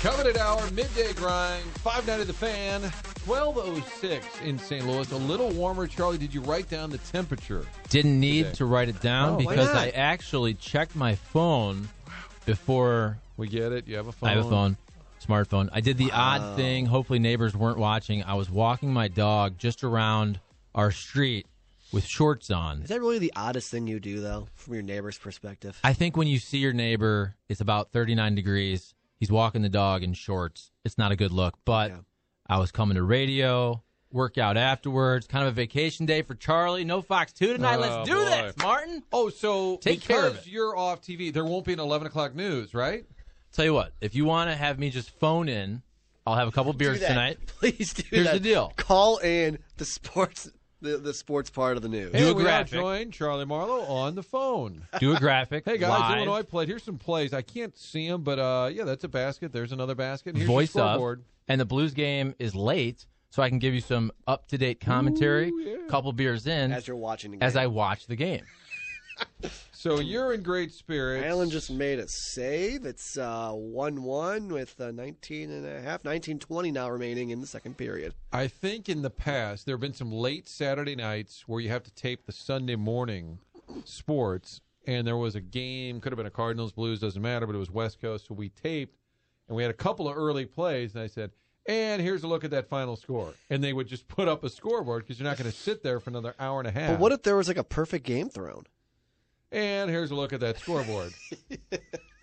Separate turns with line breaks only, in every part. Coveted Hour, Midday Grind, 5 Night of the Fan, 1206 in St. Louis. A little warmer. Charlie, did you write down the temperature?
Didn't need
Today.
to write it down
Oh, why
because
not?
I actually checked my phone before
We get it. You have a phone.
I have a phone, smartphone. I did the odd thing. Hopefully, neighbors weren't watching. I was walking my dog just around our street with shorts on.
Is that really the oddest thing you do, though, from your neighbor's perspective?
I think when you see your neighbor, it's about 39 degrees. He's walking the dog in shorts. It's not a good look. But
Yeah.
I was coming to radio, workout afterwards, kind of a vacation day for Charlie. No Fox 2 tonight.
Oh,
Let's do
boy.
this, Martin.
Oh, so
Take
because
care of it.
you're off TV, there won't be an 11 o'clock news, right?
Tell you what, if you want to have me just phone in, I'll have a couple beers
that.
tonight.
Please do
Here's
that.
the deal.
Call in the sports the, the sports part of the news.
Do a
and we
graphic.
are joined Charlie Marlowe on the phone.
Do a graphic.
Hey guys,
live.
Illinois played. Here's some plays. I can't see them, but uh, yeah, that's a basket. There's another basket. And Here's your
voice of,
scoreboard.
and the Blues game is late, so I can give you some up to date commentary. Couple beers in
As you're watching the game.
as I watch the game.
So you're in great spirits.
Allen just made a save. It's uh, 1-1 with uh, 19 and a half, 19-20 now remaining in the second period.
I think in the past there have been some late Saturday nights where you have to tape the Sunday morning sports, and there was a game, could have been a Cardinals Blues, doesn't matter, but it was West Coast, so we taped, and we had a couple of early plays, and I said, "And here's a look at that final score," and they would just put up a scoreboard because you're not going to sit there for another hour and a half.
But what if there was like a perfect game thrown?
And here's a look at that scoreboard.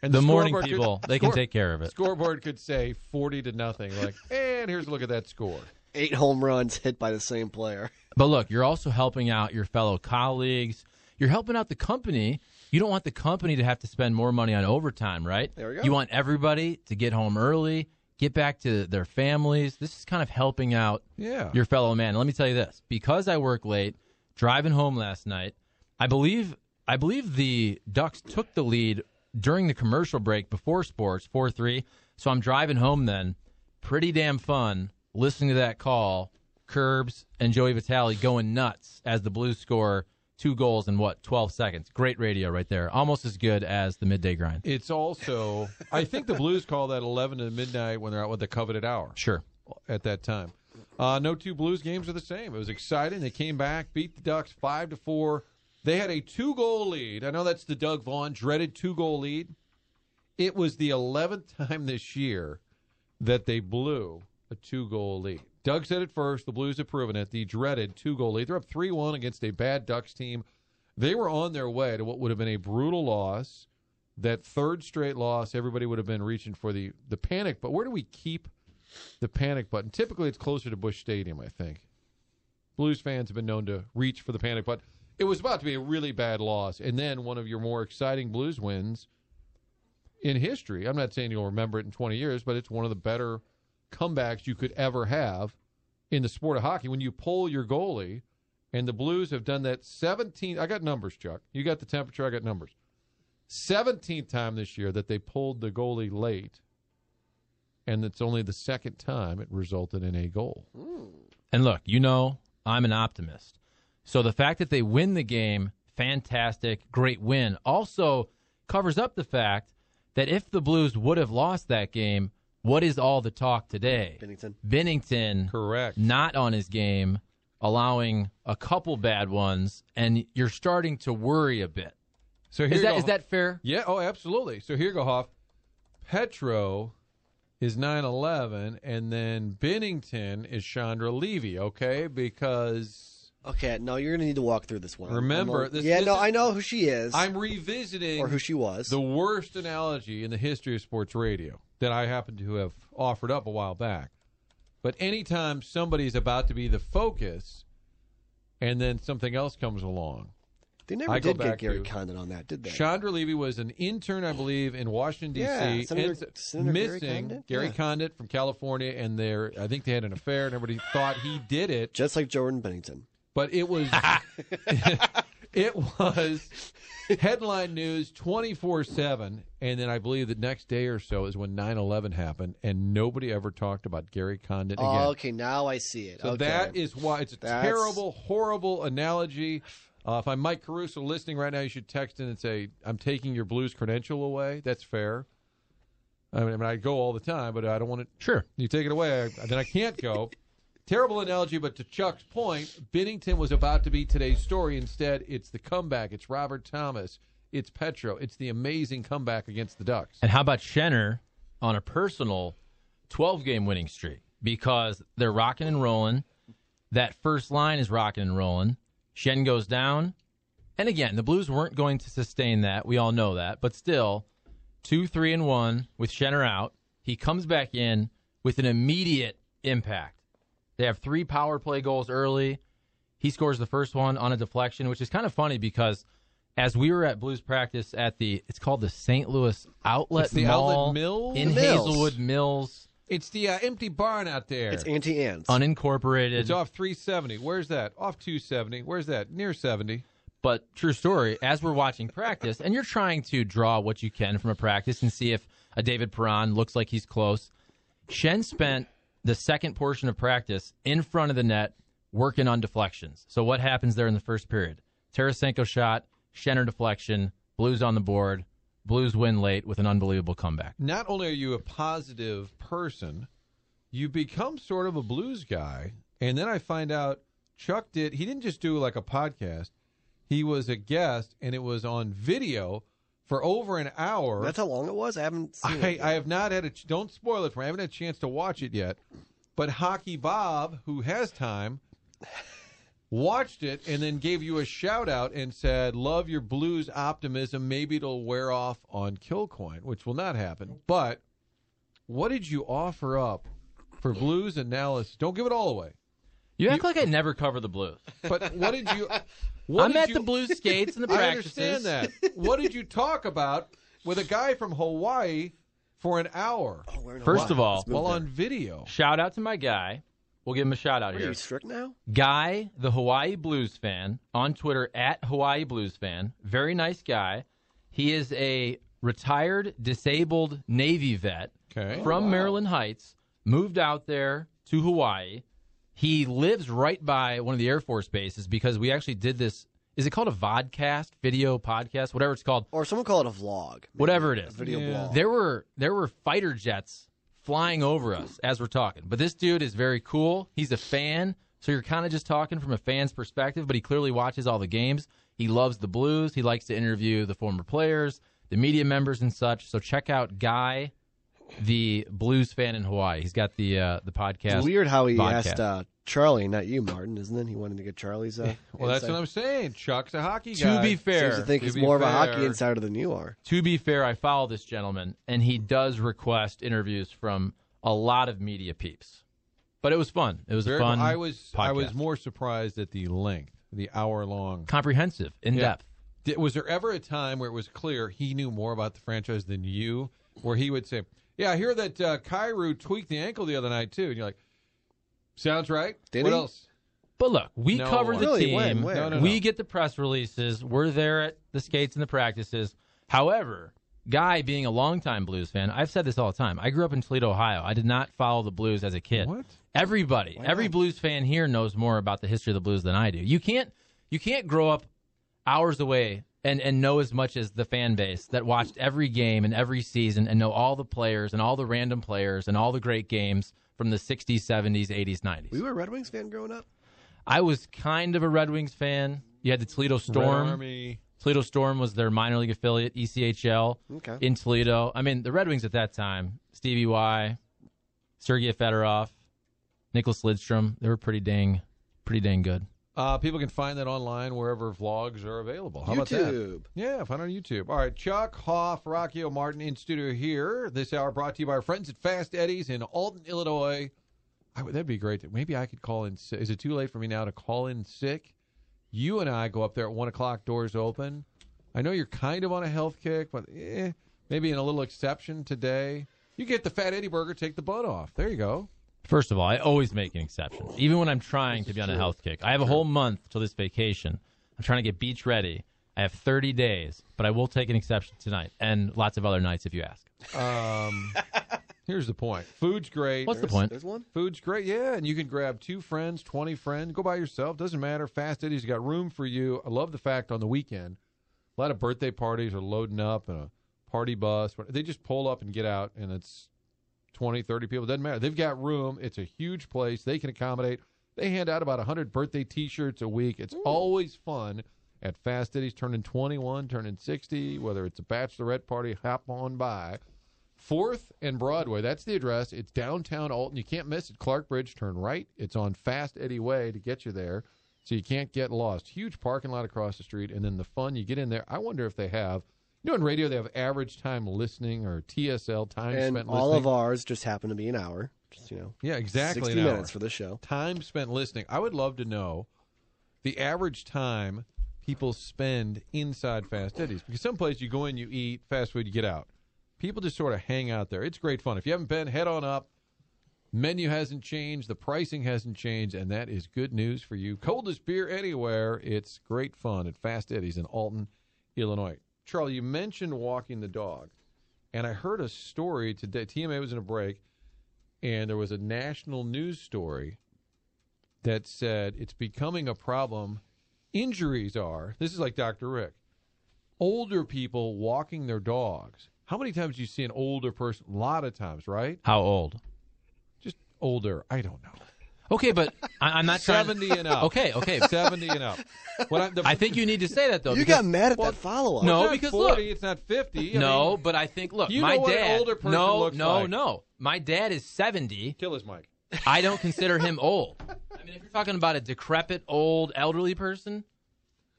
And
The, morning
scoreboard could-
people, they can
score-
take care of it.
Scoreboard could say forty to nothing. Like, and here's a look at that score.
Eight home runs hit by the same player.
But look, you're also helping out your fellow colleagues. You're helping out the company. You don't want the company to have to spend more money on overtime, right?
There we go.
You want everybody to get home early, get back to their families. This is kind of helping out
Yeah.
your fellow man. Let me tell you this: because I work late, driving home last night, I believe I believe the Ducks took the lead during the commercial break before sports four three. So I'm driving home then. Pretty damn fun listening to that call. Curbs and Joey Vitale going nuts as the Blues score two goals in what twelve seconds. Great radio right there, almost as good as the midday grind.
It's also, I think the Blues call that 11 to midnight when they're out with the coveted hour
Sure.
at that time. Uh, no two Blues games are the same. It was exciting. They came back, beat the Ducks 5 to 4. They had a two goal lead. I know that's the Doug Vaughn dreaded two goal lead. It was the 11th time this year that they blew a two goal lead. Doug said it first. The Blues have proven it. The dreaded two goal lead. They're up 3 1 against a bad Ducks team. They were on their way to what would have been a brutal loss. That third straight loss, everybody would have been reaching for the, the panic. But where do we keep the panic button? Typically, it's closer to Bush Stadium, I think. Blues fans have been known to reach for the panic button. It was about to be a really bad loss, and then one of your more exciting Blues wins in history. I'm not saying you'll remember it in 20 years, but it's one of the better comebacks you could ever have in the sport of hockey when you pull your goalie. And the Blues have done that 17. I got numbers, Chuck. You got the temperature. I got numbers. 17th time this year that they pulled the goalie late, and it's only the second time it resulted in a goal.
And look, you know, I'm an optimist. So the fact that they win the game, fantastic, great win, also covers up the fact that if the Blues would have lost that game, what is all the talk today?
Bennington.
Bennington
Correct.
not on his game, allowing a couple bad ones, and you're starting to worry a bit.
So here
Is
you
that
go.
is that fair?
Yeah, oh, absolutely. So here you go, Hoff. Petro is 9-11, and then Bennington is Chandra Levy, okay? Because
Okay, no, you're gonna need to walk through this one. I'm
Remember,
a-
this-
yeah,
this
no,
is-
I know who she is
I'm revisiting
or who she was.
the worst analogy in the history of sports radio that I happen to have offered up a while back. But anytime somebody's about to be the focus and then something else comes along.
they never
I go
did get
back
Gary
to-
Condon on that, did they?
Chandra Levy was an intern, I believe, in Washington, D.C.
Yeah, Senator-
ends up
Senator Gary
missing
Condit?
Gary
Yeah.
Condit from California, and there I think they had an affair, and everybody thought he did it,
Just like Jordan Bennington.
but it was it was headline news twenty four seven, and then I believe the next day or so is when 9-11 happened, and nobody ever talked about Gary Condit again.
Oh, okay, now I see it.
So
okay.
that is why it's a
That's-
terrible, horrible analogy. Uh, if I'm Mike Caruso listening right now, you should text in and say, "I'm taking your Blues credential away." That's fair. I mean, I, mean, I go all the time, but I don't want it.
Sure.
You take it away, I, then I can't go. terrible analogy, but to Chuck's point, Bennington was about to be today's story. Instead, it's the comeback. It's Robert Thomas. It's Petro. It's the amazing comeback against the Ducks.
And how about Schenner on a personal 12 game winning streak? Because they're rocking and rolling. That first line is rocking and rolling. Shen goes down. And again, the Blues weren't going to sustain that. We all know that. But still, two, three, and one with Schenner out. He comes back in with an immediate impact. They have three power play goals early. He scores the first one on a deflection, which is kind of funny because as we were at Blues practice at the, it's called the St. Louis Outlet
It's the
Mall
Outlet Mill?
in
The Mills.
Hazelwood Mills,
It's the uh, empty barn out there.
it's anti ants.
unincorporated.
It's off 370. Where's that? Off 270. Where's that? Near 70.
But true story, as we're watching practice, and you're trying to draw what you can from a practice and see if a David Perron looks like he's close. Shen spent the second portion of practice in front of the net working on deflections. So what happens there in the first period? Tarasenko shot, Shenner deflection, Blues on the board, Blues win late with an unbelievable comeback.
Not only are you a positive person, you become sort of a blues guy. And then I find out Chuck did, he didn't just do like a podcast, he was a guest and it was on video for over an hour.
That's how long it was. I haven't seen
I,
it.
I have not had a ch- don't spoil it for me. I haven't had a chance to watch it yet. But Hockey Bob, who has time, watched it and then gave you a shout out and said, "Love your blues optimism. Maybe it'll wear off on Killcoin, which will not happen." But what did you offer up for blues analysis? Don't give it all away.
You act like I never cover the Blues.
But what did you? What
I'm
did
at
you-
the Blues skates and the
I
practices.
understand that. What did you talk about with a guy from Hawaii for an hour?
Oh, we're in
First
Hawaii.
of all-
Let's move
Well,
there.
on video.
Shout out to my guy. We'll give him a shout out
What
here.
are you strict now?
Guy, the Hawaii Blues fan, on Twitter at Hawaii Blues fan. Very nice guy. He is a retired disabled Navy vet
Okay.
from Maryland Heights, moved out there to Hawaii. He lives right by one of the Air Force bases because we actually did this. Is it called a vodcast, video podcast, whatever it's called?
Or someone call it a vlog. Maybe
Whatever it
A
is.
video
Yeah.
blog.
There were there were fighter jets flying over us as we're talking. But this dude is very cool. He's a fan, so you're kind of just talking from a fan's perspective, but he clearly watches all the games. He loves the Blues. He likes to interview the former players, the media members and such. So check out Guy, the Blues fan in Hawaii. He's got the uh, the podcast.
It's weird how he
Vodcast.
asked uh, Charlie, not you, Martin, isn't it? He wanted to get Charlie's. Uh,
Well, that's
insight.
what I'm saying. Chuck's a hockey guy.
To be fair,
Seems to think
To
he's
be
more of a
fair.
hockey insider than you are.
to be fair, I follow this gentleman, and he does request interviews from a lot of media peeps. But it was fun. It was
Very
a
cool.
fun.
I was I was
podcast.
more surprised at the length, the hour long.
comprehensive, in depth.
Did, was there ever a time where it was clear he knew more about the franchise than you, where he would say, "Yeah, I hear that uh, Cairo tweaked the ankle the other night too," and you're like, "Sounds right."
Did
what
he?
else?
But look, we
No
cover
one.
the
Really?
team.
When? Where?
No, no,
We
no.
get the press releases. We're there at the skates and the practices. However, Guy, being a longtime Blues fan, I've said this all the time. I grew up in Toledo, Ohio. I did not follow the Blues as a kid.
What?
Everybody, every Blues fan here knows more about the history of the Blues than I do. You can't, you can't grow up hours away and and know as much as the fan base that watched every game and every season and know all the players and all the random players and all the great games from the 60s, 70s, 80s, 90s.
Were you a Red Wings fan growing up?
I was kind of a Red Wings fan. You had the Toledo
Red
Storm.
Army.
Toledo Storm was their minor league affiliate, E ECHL
Okay.
in Toledo. I mean, the Red Wings at that time, Stevie Y, Sergei Fedorov, Nicholas Lidstrom. They were pretty dang, pretty dang good.
Uh, people can find that online wherever vlogs are available. How about that?
YouTube.
Yeah, find it on YouTube. All right, Chuck Hoff, Rocky O'Martin in studio here. This hour brought to you by our friends at Fast Eddie's in Alton, Illinois. I would, that'd be great. Maybe I could call in. si- Is it too late for me now to call in sick? You and I go up there at one o'clock. Doors open. I know you're kind of on a health kick, but eh, maybe in a little exception today. You get the Fat Eddie burger, take the butt off. There you go.
First of all, I always make an exception, even when I'm trying to be on a health kick. I have a whole month till this vacation. I'm trying to get beach ready. I have 30 days, but I will take an exception tonight and lots of other nights if you ask.
Here's the point. Food's great.
What's the point?
There's one.
Food's great, yeah, and you can grab two friends, twenty friends, go by yourself, doesn't matter. Fast Eddie's got room for you. I love the fact on the weekend, a lot of birthday parties are loading up and a party bus. but They just pull up and get out, and it's 20, 30 people. Doesn't matter. They've got room. It's a huge place. They can accommodate. They hand out about hundred birthday T-shirts a week. It's always fun at Fast Eddie's. Turning twenty-one, turning sixty, whether it's a bachelorette party, hop on by. Fourth and Broadway. That's the address. It's downtown Alton. You can't miss it. Clark Bridge, turn right. It's on Fast Eddie Way to get you there, so you can't get lost. Huge parking lot across the street, and then the fun you get in there. I wonder if they have. You know, in radio they have average time listening or TSL time
And
spent
all
listening.
of ours just happen to be an hour. Just, you know,
yeah, exactly.
60
an hour.
minutes for this show.
time spent listening. I would love to know the average time people spend inside fast eddies because someplace you go in, you eat fast food, you get out. People just sort of hang out there. It's great fun. If you haven't been, head on up. Menu hasn't changed, the pricing hasn't changed, and that is good news for you. Coldest beer anywhere. It's great fun at Fast Eddie's in Alton, Illinois. Charlie, you mentioned walking the dog, and I heard a story today. TMA was in a break, and there was a national news story that said it's becoming a problem. Injuries are this is like Dr. Rick. Older people walking their dogs. How many times do you see an older person? A lot of times, right?
How old?
Just older. I don't know.
Okay, but I, I'm not trying to-
Seventy and up.
Okay, okay.
Seventy and up. What I, the,
I think you need to say that though.
You
because-
got mad at that follow up.
no.
it's not
because look-
forty, it's not fifty. I
no,
mean,
but I think look,
You
my
know what an
dad.
older person
no,
looks
no,
like.
no. My dad is 70.
kill his mic.
I don't consider him old. I mean, if you're talking about a decrepit, old, elderly person,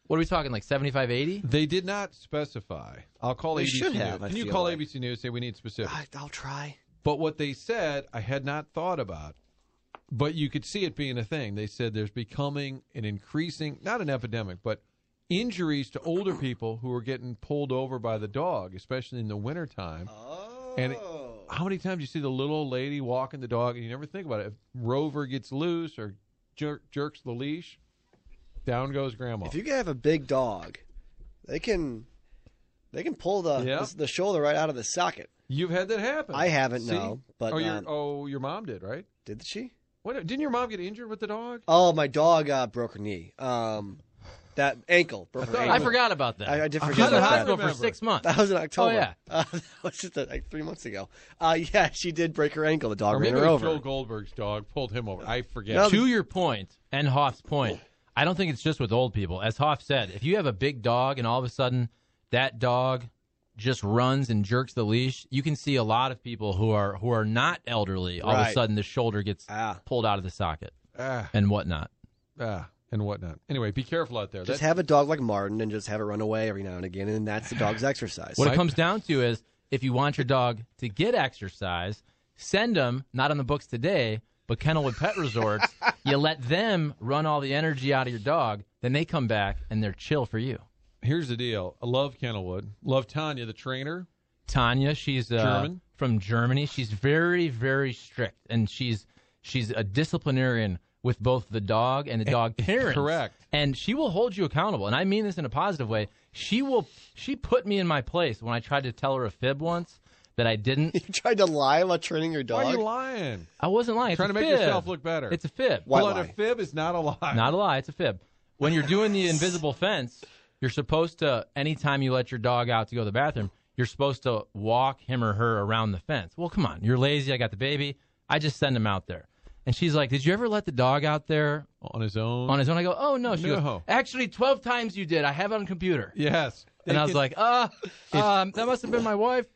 what are we talking? Like 75, 80?
They did not specify. I'll call
They
ABC
should have,
News.
I
Can you
feel
call
like.
ABC News? Say we need specifics.
I, I'll try.
But what they said, I had not thought about. But you could see it being a thing. They said there's becoming an increasing, not an epidemic, but injuries to older people who are getting pulled over by the dog, especially in the wintertime. Oh. And it- how many times you see the little old lady walking the dog and you never think about it? If Rover gets loose or jer- jerks the leash, down goes grandma.
If you can have a big dog, they can they can pull the
Yeah.
the, the shoulder right out of the socket.
You've had that happen.
I haven't,
See?
no, but,
oh, your,
um,
oh, your mom did, right?
Did she?
What, didn't your mom get injured with the dog?
Oh, my dog uh, broke her knee. Um, that ankle broke her
thought-
ankle.
I forgot about that.
I- I did
was
forget
in the
about that.
hospital for
Remember.
six months.
That was in October.
Oh, yeah.
uh, that was just uh, like three months ago. Uh, yeah, she did break her ankle. The dog
Or
ran
maybe
her
it was
over.
Joe Goldberg's dog pulled him over. I forget.
No,
to your point and Hoff's point, I don't think it's just with old people. As Hoff said, if you have a big dog and all of a sudden that dog just runs and jerks the leash, you can see a lot of people who are who are not elderly. All of a
Right.
sudden, the shoulder gets
Ah.
pulled out of the socket
Ah,
and whatnot.
ah, and whatnot. Anyway, be careful out there.
Just
That-
have a dog like Martin and just have it run away every now and again, and that's the dog's exercise.
What it comes down to is if you want your dog to get exercise, send them not on the books today, but Kennelwood Pet Resorts. you let them run all the energy out of your dog, then they come back and they're chill for you.
Here's the deal. I love Kennelwood. Love Tanya, the trainer.
Tanya. She's uh,
German?
from Germany. She's very, very strict, and she's she's a disciplinarian with both the dog and the dog parents.
Eh, correct.
And she will hold you accountable, and I mean this in a positive way. She will. She put me in my place when I tried to tell her a fib once that I didn't.
you tried to lie about training your
Why are
dog.
you lying?
I wasn't lying. It's
Trying
a
to make
fib.
yourself look better.
It's a fib.
Why
Blood
lie?
a fib is not a lie.
Not a lie. It's a fib. When you're doing the invisible fence, you're supposed to, anytime you let your dog out to go to the bathroom, you're supposed to walk him or her around the fence. Well, come on. You're lazy. I got the baby. I just send him out there. And she's like, Did you ever let the dog out there
on his own.
on his own? I go, Oh, no. She goes,
No.
Actually, 12 times you did. I have it on computer.
yes.
And I was like, Uh, um, that must have been my wife.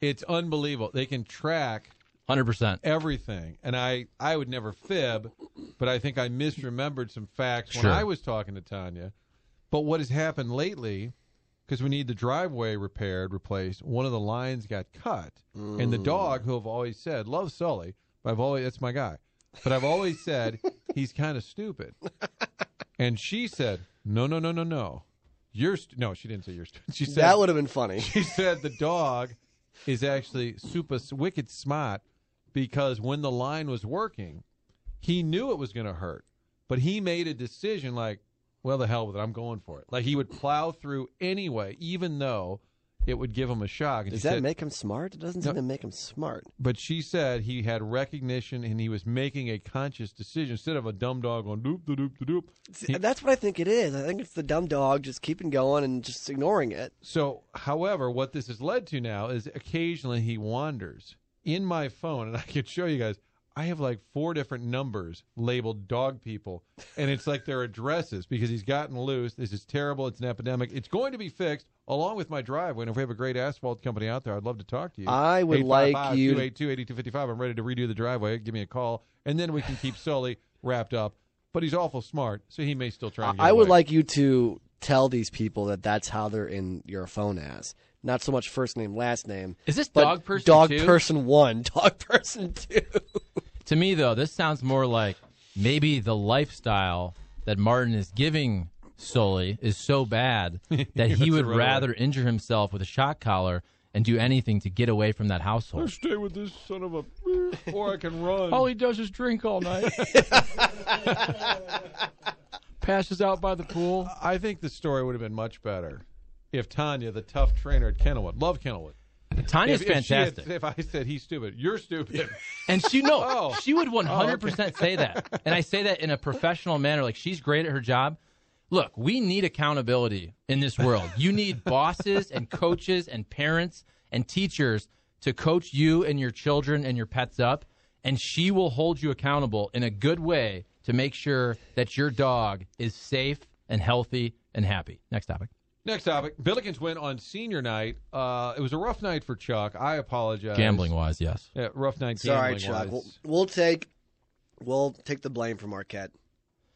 It's unbelievable. They can track
Hundred percent.
everything. And I, I would never fib, but I think I misremembered some facts
Sure.
when I was talking to Tanya. But what has happened lately, because we need the driveway repaired, replaced, one of the lines got cut. And the dog, who I've always said, loves Sully, but I've always, that's my guy. But I've always said, he's kind of stupid. And she said, no, no, no, no, no. You're, st-. no, she didn't say you're stupid. She said,
That would have been funny.
he said the dog is actually super s- wicked smart because when the line was working, he knew it was going to hurt, but he made a decision like, well, the hell with it. I'm going for it. Like he would plow through anyway, even though it would give him a shock. And
Does
she
that
said-
make him smart? It doesn't seem to make him smart.
but she said he had recognition and he was making a conscious decision instead of a dumb dog going doop doop doop doop.
See, That's what I think it is. I think it's the dumb dog just keeping going and just ignoring it.
So, however, what this has led to now is occasionally he wanders in my phone, and I could show you guys. I have like four different numbers labeled dog people, and it's like their addresses because he's gotten loose. This is terrible. It's an epidemic. It's going to be fixed along with my driveway. And if we have a great asphalt company out there, I'd love to talk to you.
I would like you to-
282-8255. I'm ready to redo the driveway. Give me a call, and then we can keep Sully wrapped up. But he's awful smart, so he may still try. And get
I would
away.
like you to tell these people that that's how they're in your phone as. Not so much first name, last name.
Is this
but
dog person
Dog
two?
person one, dog person two.
To me, though, this sounds more like maybe the lifestyle that Martin is giving Sully is so bad that he would
right
rather injure himself with a shock collar and do anything to get away from that household.
stay with this son of a, or I can run.
he does is drink all night. Passes out by the pool.
I think the story would have been much better if Tanya, the tough trainer at Kenilwood, love Kenilwood.
Tanya's
If, if she had-
fantastic.
if I said he's stupid, you're stupid.
And she no,
Oh.
she would 100% say that. And I say that in a professional manner like she's great at her job. Look, we need accountability in this world. You need bosses and coaches and parents and teachers to coach you and your children and your pets up and she will hold you accountable in a good way to make sure that your dog is safe and healthy and happy. Next topic.
Next topic: Billikens win on senior night. Uh, it was a rough night for Chuck. I apologize.
Gambling wise, yes.
Yeah, rough night.
Sorry,
gambling
Chuck. We'll,
wise.
we'll take we'll take the blame for Marquette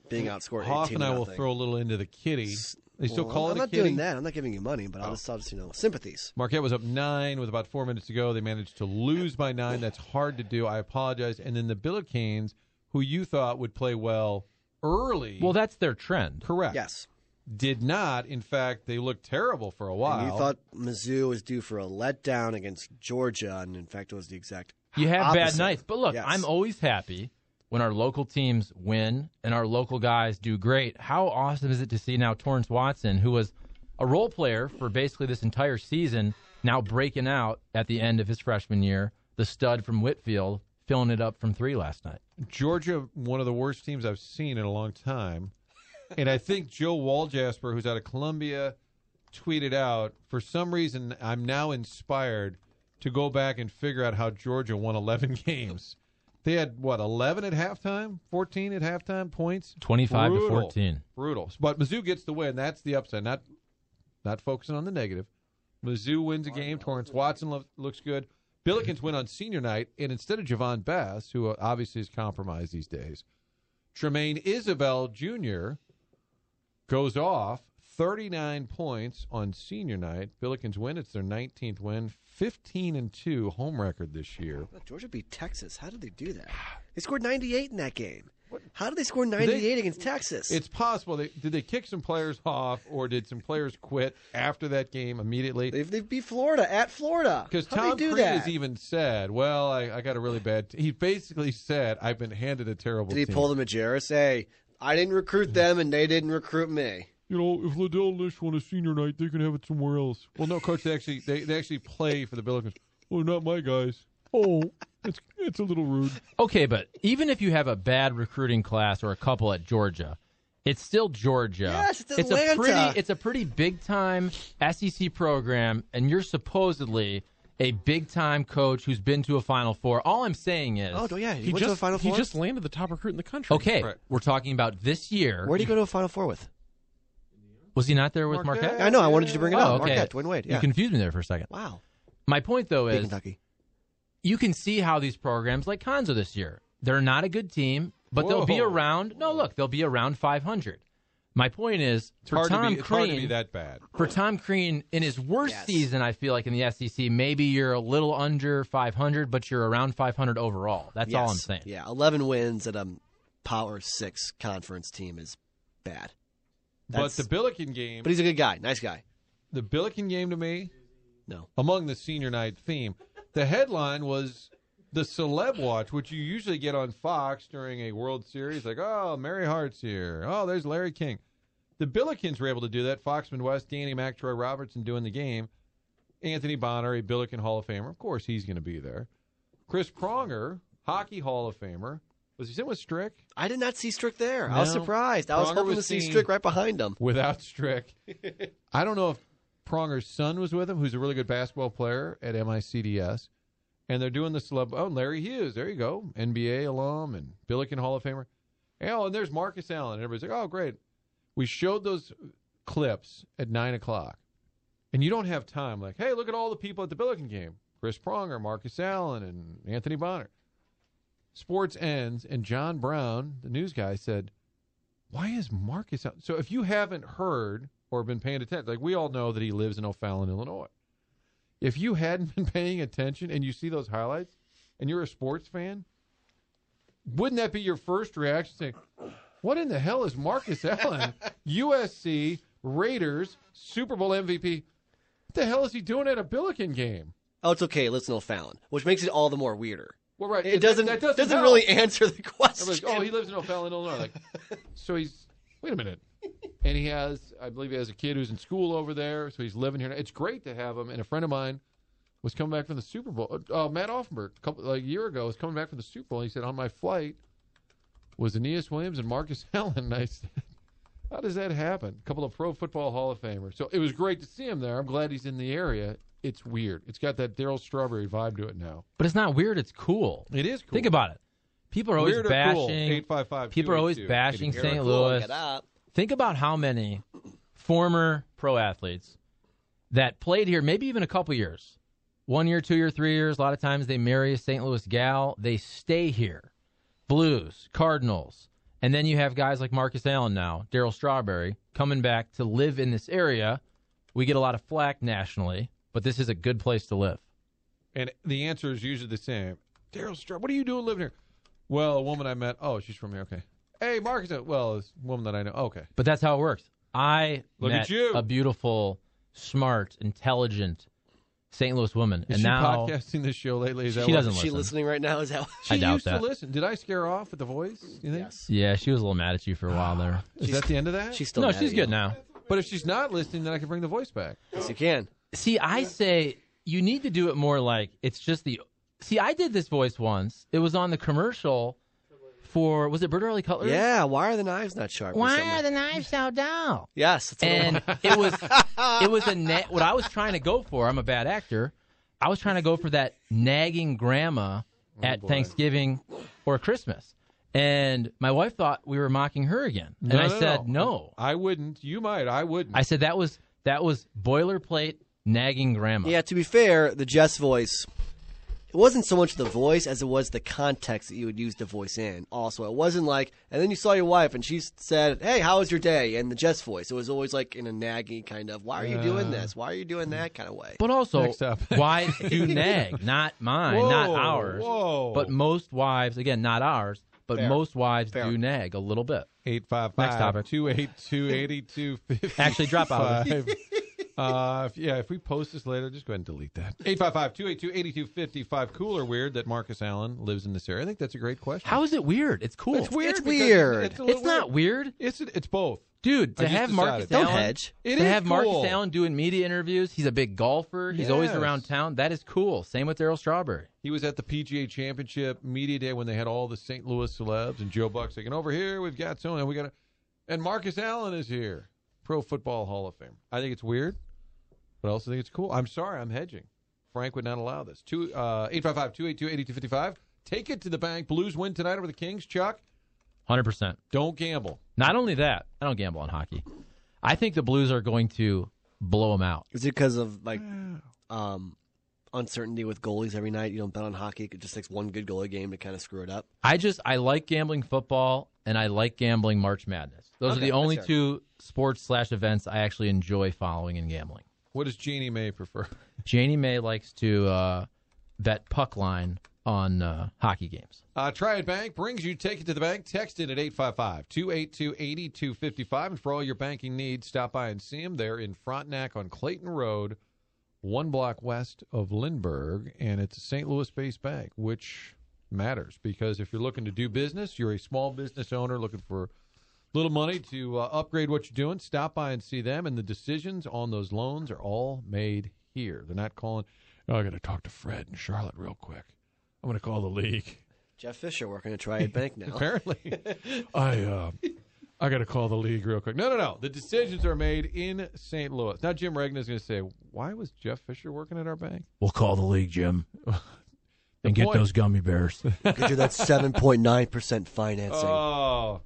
being outscored.
Hoff
18
and I will
nothing.
throw a little into the kitty. They still
Well,
call
I'm
it a
not
kitty. Oh.
doing that. I'm not giving you money, but I'll just, I'll just you know sympathies.
Marquette was up nine with about four minutes to go. They managed to lose by nine. That's hard to do. I apologize. And then the Billikens, who you thought would play well early,
Well, that's their trend.
correct?
Yes.
did not. In fact, they looked terrible for a while.
And you thought Mizzou was due for a letdown against Georgia, and in fact, it was the exact.
You have bad
opposite.
nights, but look,
Yes.
I'm always happy when our local teams win and our local guys do great. How awesome is it to see now Torrance Watson, who was a role player for basically this entire season, now breaking out at the end of his freshman year, the stud from Whitfield, filling it up from three last night.
Georgia, one of the worst teams I've seen in a long time. And I think Joe Waljasper, who's out of Columbia, tweeted out for some reason, I'm now inspired to go back and figure out how Georgia won 11 games. They had, what, 11 at halftime? 14 at halftime points?
25 to
Brutal.
14.
Brutal. But Mizzou gets the win. That's the upside. Not not focusing on the negative. Mizzou wins a game. Torrance Watson lo- looks good. Billikens win on senior night, and instead of Javon Bass, who uh, obviously is compromised these days, Tremaine Isabel Jr. goes off 39 points on senior night. Billikens win. It's their 19th win, 15 and two home record this year.
Georgia beat Texas. How did they do that? They scored 98 in that game. How did they score 98 against Texas?
It's possible. They, did they kick some players off, or did some players quit after that game immediately?
They've, they beat Florida at Florida.
Because
How
Tom
do they do
Crean
that?
has even said, "Well, I, I got a really bad." T-. He basically said, "I've been handed a terrible."
Did he
team."
pull the Majerus? Hey, I didn't recruit them, and they didn't recruit me.
You know, if Liddell Lish won a senior night, they can have it somewhere else. Well, no, coach. They actually they, they actually play for the Billikens. Well, not my guys. Oh, it's it's a little rude.
Okay, but even if you have a bad recruiting class or a couple at Georgia, it's still Georgia.
Yes, it's
a
Atlanta.
pretty it's a pretty big time SEC program and you're supposedly a big time coach who's been to a final four. All I'm saying is
Oh, yeah. He,
He
went
just
to a Final
he
Four.
just landed the top recruit in the country.
Okay,
Right.
we're talking about this year.
Where do you go to a Final Four with?
Was he not there with Marquette?
Marquette.
I know. I wanted you to bring it
Oh,
up.
okay.
Marquette, Dwayne Wade. Yeah.
You confused me there for a second.
wow.
My point though
Big
is
Kentucky.
you can see how these programs like Conzo this year, they're not a good team, but they'll be
Whoa.
around. No, look, they'll be around 500. My point is for
hard to
Tom
be, it's hard to be
Crean-
that bad.
for Tom Crean in his worst season, I feel like in the SEC, maybe you're a little under 500, but you're around 500 overall. That's all I'm
Yes.
saying.
Yeah, 11 wins at a Power Six conference team is bad.
But
That's-
the Billiken game,
But he's a good guy, nice guy.
the Billiken game to me,
No.
among the senior night theme, the headline was the celeb watch, which you usually get on Fox during a World Series. Like, oh, Mary Hart's here. Oh, there's Larry King. The Billikens were able to do that. Foxman West, Danny Mac, Troy Robertson doing the game. Anthony Bonner, a Billiken Hall of Famer. Of course, he's going to be there. Chris Pronger, Hockey Hall of Famer. Was he sitting with Strick?
I did not see Strick there. I was
No.
surprised. I was
Pronger
hoping
was
to see
seen-
Strick right behind him.
without Strick. I don't know if Pronger's son was with him, who's a really good basketball player at MICDS. And they're doing the celeb. Oh, Larry Hughes. There you go. NBA alum and Billiken Hall of Famer. Oh, and there's Marcus Allen. Everybody's like, oh, great. We showed those clips at 9 o'clock. And you don't have time. Like, hey, look at all the people at the Billiken game Chris Pronger, Marcus Allen, and Anthony Bonner. Sports ends, and John Brown, the news guy, said, why is Marcus out? So if you haven't heard or been paying attention, like we all know that he lives in O'Fallon, Illinois. If you hadn't been paying attention and you see those highlights and you're a sports fan, wouldn't that be your first reaction saying, what in the hell is Marcus Allen, USC, Raiders, Super Bowl MVP? What the hell is he doing at a Billiken game?
Oh, it's okay. Listen to Fallon, which makes it all the more weirder.
Well, right.
It doesn't
that
doesn't,
help.
really answer the
Everybody's,
question.
oh, he lives in O'Fallon, Illinois. Like, so he's wait a minute, and he has, I believe, he has a kid who's in school over there, so he's living here. It's great to have him. And a friend of mine was coming back from the Super Bowl. Uh, Matt Offenberg, a couple like a year ago, was coming back from the Super Bowl. And he said on my flight was Aeneas Williams and Marcus Allen. And I said, how does that happen? A couple of Pro Football Hall of Famers. So it was great to see him there. I'm glad he's in the area. It's weird. It's got that Daryl Strawberry vibe to it now.
But it's not weird. It's cool.
It is cool.
Think about it. People are always
Weird or
bashing.
cool? 855-282.
people are always bashing
Katie Carrick.
St.
Cool,
Louis.
look it up.
Think about how many former pro athletes that played here, maybe even a couple years, one year, two year, three years. A lot of times they marry a St. Louis gal, they stay here. Blues, Cardinals, and then you have guys like Marcus Allen now, Daryl Strawberry coming back to live in this area. We get a lot of flack nationally, but this is a good place to live.
And the answer is usually the same. Daryl Straw, what are you doing living here? Well, a woman I met. Oh, she's from here. Okay. Hey, Marcus. uh, Well, it's a woman that I know. Okay.
But that's how it works. I
Look
met
at you.
a beautiful, smart, intelligent St. Louis woman,
Is
and
she
now
podcasting this show lately? Is that
she
why-
doesn't
Is
listen.
she listening right now? Is that?
She
I doubt
used
that.
to listen. Did I scare her off with the voice? You think?
Yes.
Yeah, she was a little mad at you for a while there.
Is that the end of that?
She's Ah, still
No,
mad
she's
at you.
good now.
but if she's not listening, then I can bring the voice back.
Yes, you can.
See, I say you need to do it more like it's just the. See, I did this voice once. It was on the commercial for was it Bird Early
Oh,
Cutler?
Yeah. Why are the knives not sharp? or
Why
something?
are the knives so dull?
Yes. That's what I
And
want.
it was it was a na- what I was trying to go for. I'm a bad actor. I was trying to go for that nagging grandma
Oh,
at Thanksgiving or Christmas, and my wife thought we were mocking her again, and I said no.
I wouldn't. You might. I wouldn't.
I said that was that was boilerplate nagging grandma.
Yeah, to be fair, the Jess voice, it wasn't so much the voice as it was the context that you would use the voice in. Also, it wasn't like, and then you saw your wife and she said, Hey, how was your day? And the Jess voice, it was always like in a nagging kind of, Why are you doing this? Why are you doing that kind of way?
But also,
Next up.
why do nag? Not mine,
Whoa,
not ours.
whoa.
But most wives, again, not ours, but most wives
Fair.
do nag a little bit.
Eight five
Next
five
topic.
two eight two eighty two fifty.
Actually, drop out.
Five. Uh, if, yeah, if we post this later, just go ahead and delete that. 855 282 8255. Cool or weird that Marcus Allen lives in this area? I think that's a great question.
How is it weird? It's cool.
It's weird.
It's
because
weird.
It's, a little
It's not weird.
It's, it's both.
Dude,
I
to
just
have Marcus
decided. Don't
Allen,
hedge.
It
to
is
have Marcus
cool.
Allen doing media interviews, he's a big golfer. He's always
Yes.
around town. That is cool. Same with Daryl Strawberry.
He was at the PGA Championship media day when they had all the St. Louis celebs and Joe Buck's like, and over here we've got someone and we got, a, and Marcus Allen is here, Pro Football Hall of Fame. I think it's weird, but I also think it's cool. I'm sorry, I'm hedging. Frank would not allow this. Two uh, eight five five two eight two eighty two fifty five. Take it to the bank. Blues win tonight over the Kings. Chuck,
100%.
don't gamble.
Not only that, I don't gamble on hockey. I think the Blues are going to blow him out.
Is it because of like um, uncertainty with goalies every night. You don't bet on hockey. It just takes one good goalie game to kind of screw it up.
I just I like gambling football and I like gambling March Madness. Those
Okay,
are the
that's
only
fair.
two sports slash events I actually enjoy following and gambling.
What does Jeannie May prefer?
Janie May likes to uh, bet puck line on uh, hockey games.
Uh, Try It Bank brings you Take It to the Bank. Text it at 855 282 8255. And for all your banking needs, stop by and see them. They're in Frontenac on Clayton Road, one block west of Lindbergh. And it's a St. Louis based bank, which matters because if you're looking to do business, you're a small business owner looking for little money to uh, upgrade what you're doing, stop by and see them. And the decisions on those loans are all made here. They're not calling, oh, I got to talk to Fred and Charlotte real quick. I'm going to call the league.
Jeff Fisher working at Triad Bank now.
Apparently, I uh, I got to call the league real quick. No, no, no. The decisions are made in St. Louis. Now Jim Regna is going to say, "Why was Jeff Fisher working at our bank?"
We'll call the league, Jim, and
The
get
point-
those gummy bears.
Could you that seven point nine percent financing?
Uh,
Oh,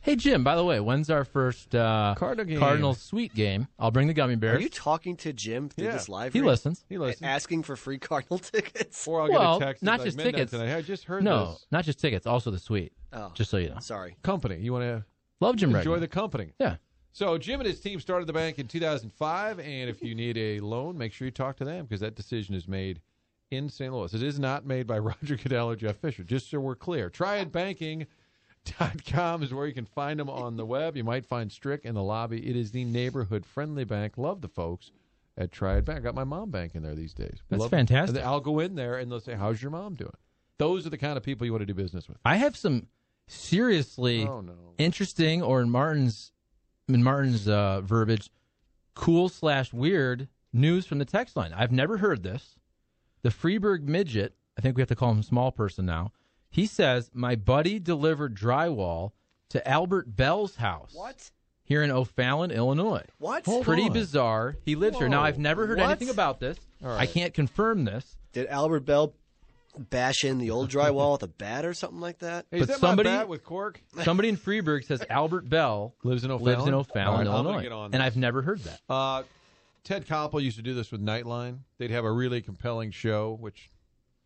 Hey Jim, by the way, when's our first uh,
Cardinal game.
Cardinals sweet game? I'll bring the gummy
Are
bears.
you talking to Jim through
Yeah.
this live?
he
read?
listens.
he listened.
Asking for free Cardinal tickets.
Or I'll get
Well,
a text. at,
not
like,
just
midnight
tickets.
Tonight. I just heard
No,
this.
not just tickets, also the sweet.
Oh.
Just so you know,
Sorry.
company. You want to
love Jim.
enjoy
Regna.
the company.
yeah.
So Jim and his team started the bank in 2005, and if you need a loan, make sure you talk to them because that decision is made in St. Louis. It is not made by Roger Goodell or Jeff Fisher, just so we're clear. TryItBanking.com is where you can find them on the web. You might find Strick in the lobby. It is the neighborhood-friendly bank. Love the folks at Try It Bank. I got my mom bank in there these days.
That's
Love-
fantastic.
I'll go in there, and they'll say, how's your mom doing? Those are the kind of people you want to do business with.
I have some seriously
Oh, no.
interesting, or in Martin's in Martin's uh, verbiage, cool slash weird news from the text line. I've never heard this. The Freeburg midget, I think we have to call him small person now. He says, "My buddy delivered drywall to Albert Bell's house
What?
here in O'Fallon, Illinois."
What?
Hold
Pretty
on.
bizarre. He lives here now.
Whoa.
I've never heard
What?
anything about this.
All right.
I can't confirm this.
Did Albert Bell bash in the old drywall with a bat or something like that?
Hey, is
But
that
somebody-
my bat with Cork?
Somebody in Freeburg says Albert Bell
Lives in O'Fallon?
lives in O'Fallon,
All right, I'm gonna
Illinois,
get on
and
this.
I've never heard that.
Uh, Ted Koppel used to do this with Nightline. They'd have a really compelling show, which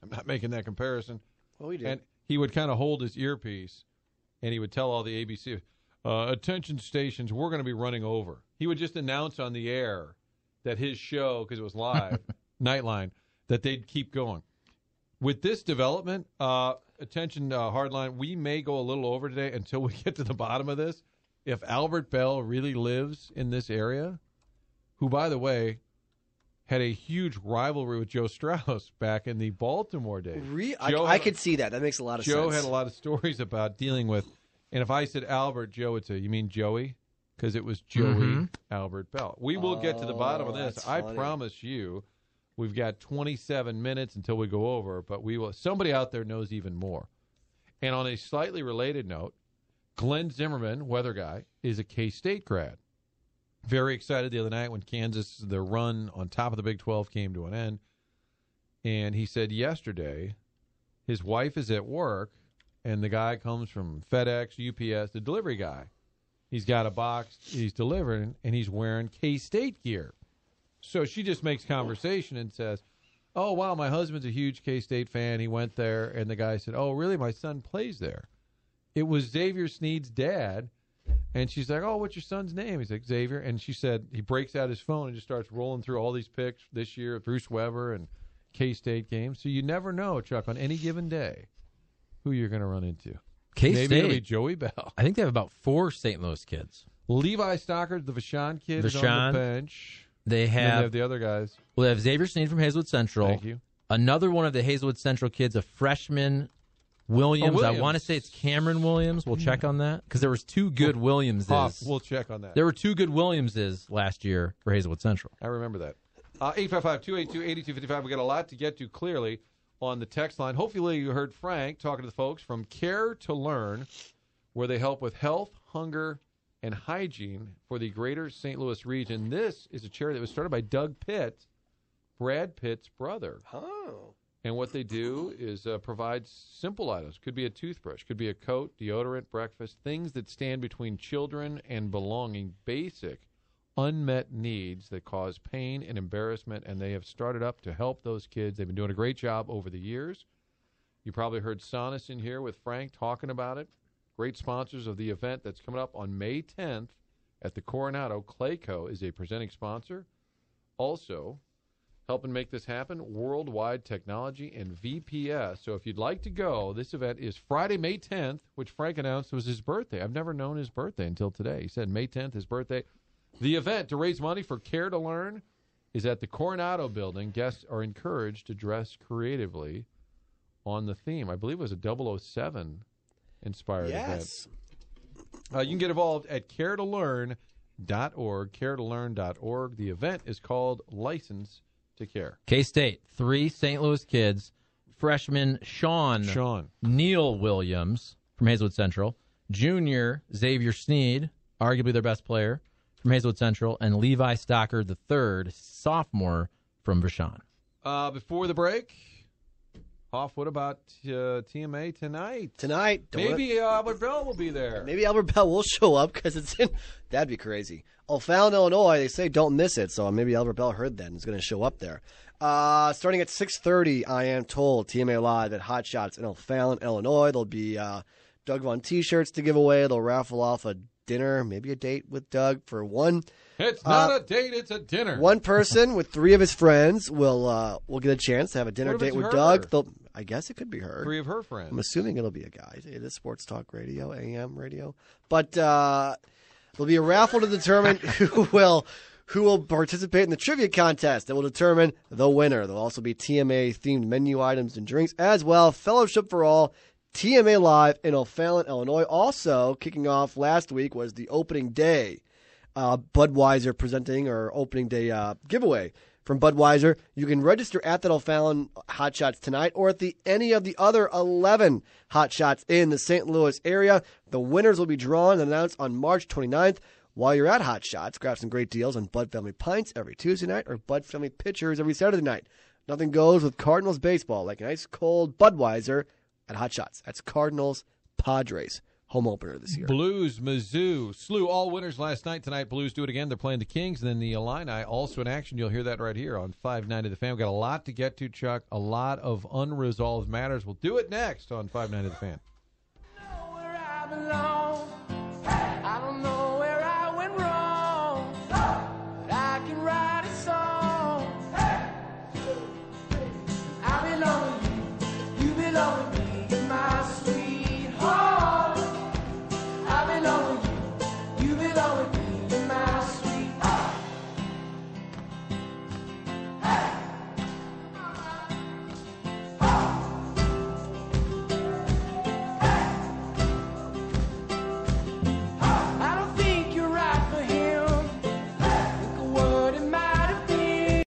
I'm not making that comparison.
Well, we did.
And he would kind of hold his earpiece and he would tell all the ABC, uh, attention stations, we're going to be running over. He would just announce on the air that his show, because it was live, Nightline, that they'd keep going. With this development, uh, attention, uh, Hardline, we may go a little over today until we get to the bottom of this. If Albert Bell really lives in this area, who, by the way, had a huge rivalry with Joe Strauss back in the Baltimore days.
Re- I,
Joe
I
had a-
could see that. That makes a lot of
Joe
sense.
had a lot of stories about dealing with, and if I said Albert Joe, it's a you mean Joey because it was Joey
Mhm.
Albert Bell. We will get to the bottom of
Oh,
this.
that's
I
funny.
promise you, we've got 27 minutes until we go over, but we will. Somebody out there knows even more. And on a slightly related note, Glenn Zimmerman, weather guy, is a K State grad. Very excited the other night when Kansas, the run on top of the Big 12 came to an end. And he said yesterday his wife is at work and the guy comes from FedEx, UPS, the delivery guy. He's got a box he's delivering and he's wearing K State gear. So she just makes conversation and says, Oh, wow, my husband's a huge K State fan. He went there. And the guy said, Oh, really? My son plays there. It was Xavier Sneed's dad. And she's like, Oh, what's your son's name? He's like, Xavier. And she said, He breaks out his phone and just starts rolling through all these picks this year of Bruce Weber and K State games. So you never know, Chuck, on any given day, who you're going to run into.
K
Maybe it'll be
State.
Joey Bell.
I think they have about four St. Louis kids.
Levi Stockard, the Vashon kid, is on
Vashon.
the bench.
They
And then they
have,
have the other guys.
well, they have Xavier Sneed from Hazelwood Central.
Thank you.
Another one of the Hazelwood Central kids, a freshman, Williams.
Oh, Williams.
I want to say it's Cameron Williams. We'll check on that because there was two good Williamses.
Hoff, we'll check on that.
there were two good Williamses last year for Hazelwood Central.
I remember that. Uh, 855 282 8255. we got a lot to get to clearly on the text line. Hopefully, you heard Frank talking to the folks from Care to Learn, where they help with health, hunger, and hygiene for the greater St. Louis region. This is a charity that was started by Doug Pitt, Brad Pitt's brother.
Oh.
And what they do is uh, provide simple items. Could be a toothbrush, could be a coat, deodorant, breakfast, things that stand between children and belonging, basic, unmet needs that cause pain and embarrassment, and they have started up to help those kids. They've been doing a great job over the years. You probably heard Sonis in here with Frank talking about it. Great sponsors of the event that's coming up on May 10th at the Coronado. Clayco is a presenting sponsor. Also, helping make this happen, Worldwide Technology and VPS. So if you'd like to go, this event is Friday, May 10th, which Frank announced was his birthday. I've never known his birthday until today. He said May 10th, his birthday. The event to raise money for Care to Learn is at the Coronado Building. Guests are encouraged to dress creatively on the theme. I believe it was a 007 inspired event.
Yes.
Uh, you can get involved at caretolearn.org, caretolearn.org. The event is called License to Care.
K State, three St. Louis kids, freshman Sean,
Sean.
Neil Williams from Hazelwood Central, junior Xavier Sneed, arguably their best player from Hazelwood Central, and Levi Stockard the third, sophomore from Vashon.
Uh, before the break, Hoff, what about uh, TMA tonight?
Tonight, don't
Maybe uh, Albert Bell will be there.
Maybe Albert Bell will show up because it's in. That'd be crazy. O'Fallon, Illinois. They say don't miss it, so maybe Albert Bell heard that and is going to show up there. Uh, starting at 6:30, I am told TMA live at Hot Shots in O'Fallon, Illinois. There'll be uh, Doug Von T-shirts to give away. They'll raffle off a dinner, maybe a date with Doug for one.
It's not
Uh,
a date; it's a dinner.
One person with three of his friends will uh, will get a chance to have a dinner
What if
date
it's
with
her?
Doug. They'll, I guess it could be her.
Three of her
I'm
friends.
assuming it'll be a guy. It is sports talk radio, AM radio. But uh, there'll be a raffle to determine who will who will participate in the trivia contest that will determine the winner. There'll also be TMA themed menu items and drinks as well. Fellowship for all. TMA live in O'Fallon, Illinois. Also kicking off last week was the opening day uh, Budweiser presenting or opening day uh, giveaway from Budweiser. You can register at that O'Fallon Hot Shots tonight or at the any of the other 11 Hot Shots in the St. Louis area. The winners will be drawn and announced on March 29th. While you're at Hot Shots, grab some great deals on Bud Family Pints every Tuesday night or Bud Family Pitchers every Saturday night. Nothing goes with Cardinals baseball like an ice cold Budweiser at Hot Shots. That's Cardinals Padres home opener this year.
Blues, Mizzou, slew all winners last night. Tonight, Blues do it again. They're playing the Kings, and then the Illini also in action. You'll hear that right here on Five Nine of the Fan. We've got a lot to get to, Chuck. A lot of unresolved matters. We'll do it next on Five Nine of the Fan.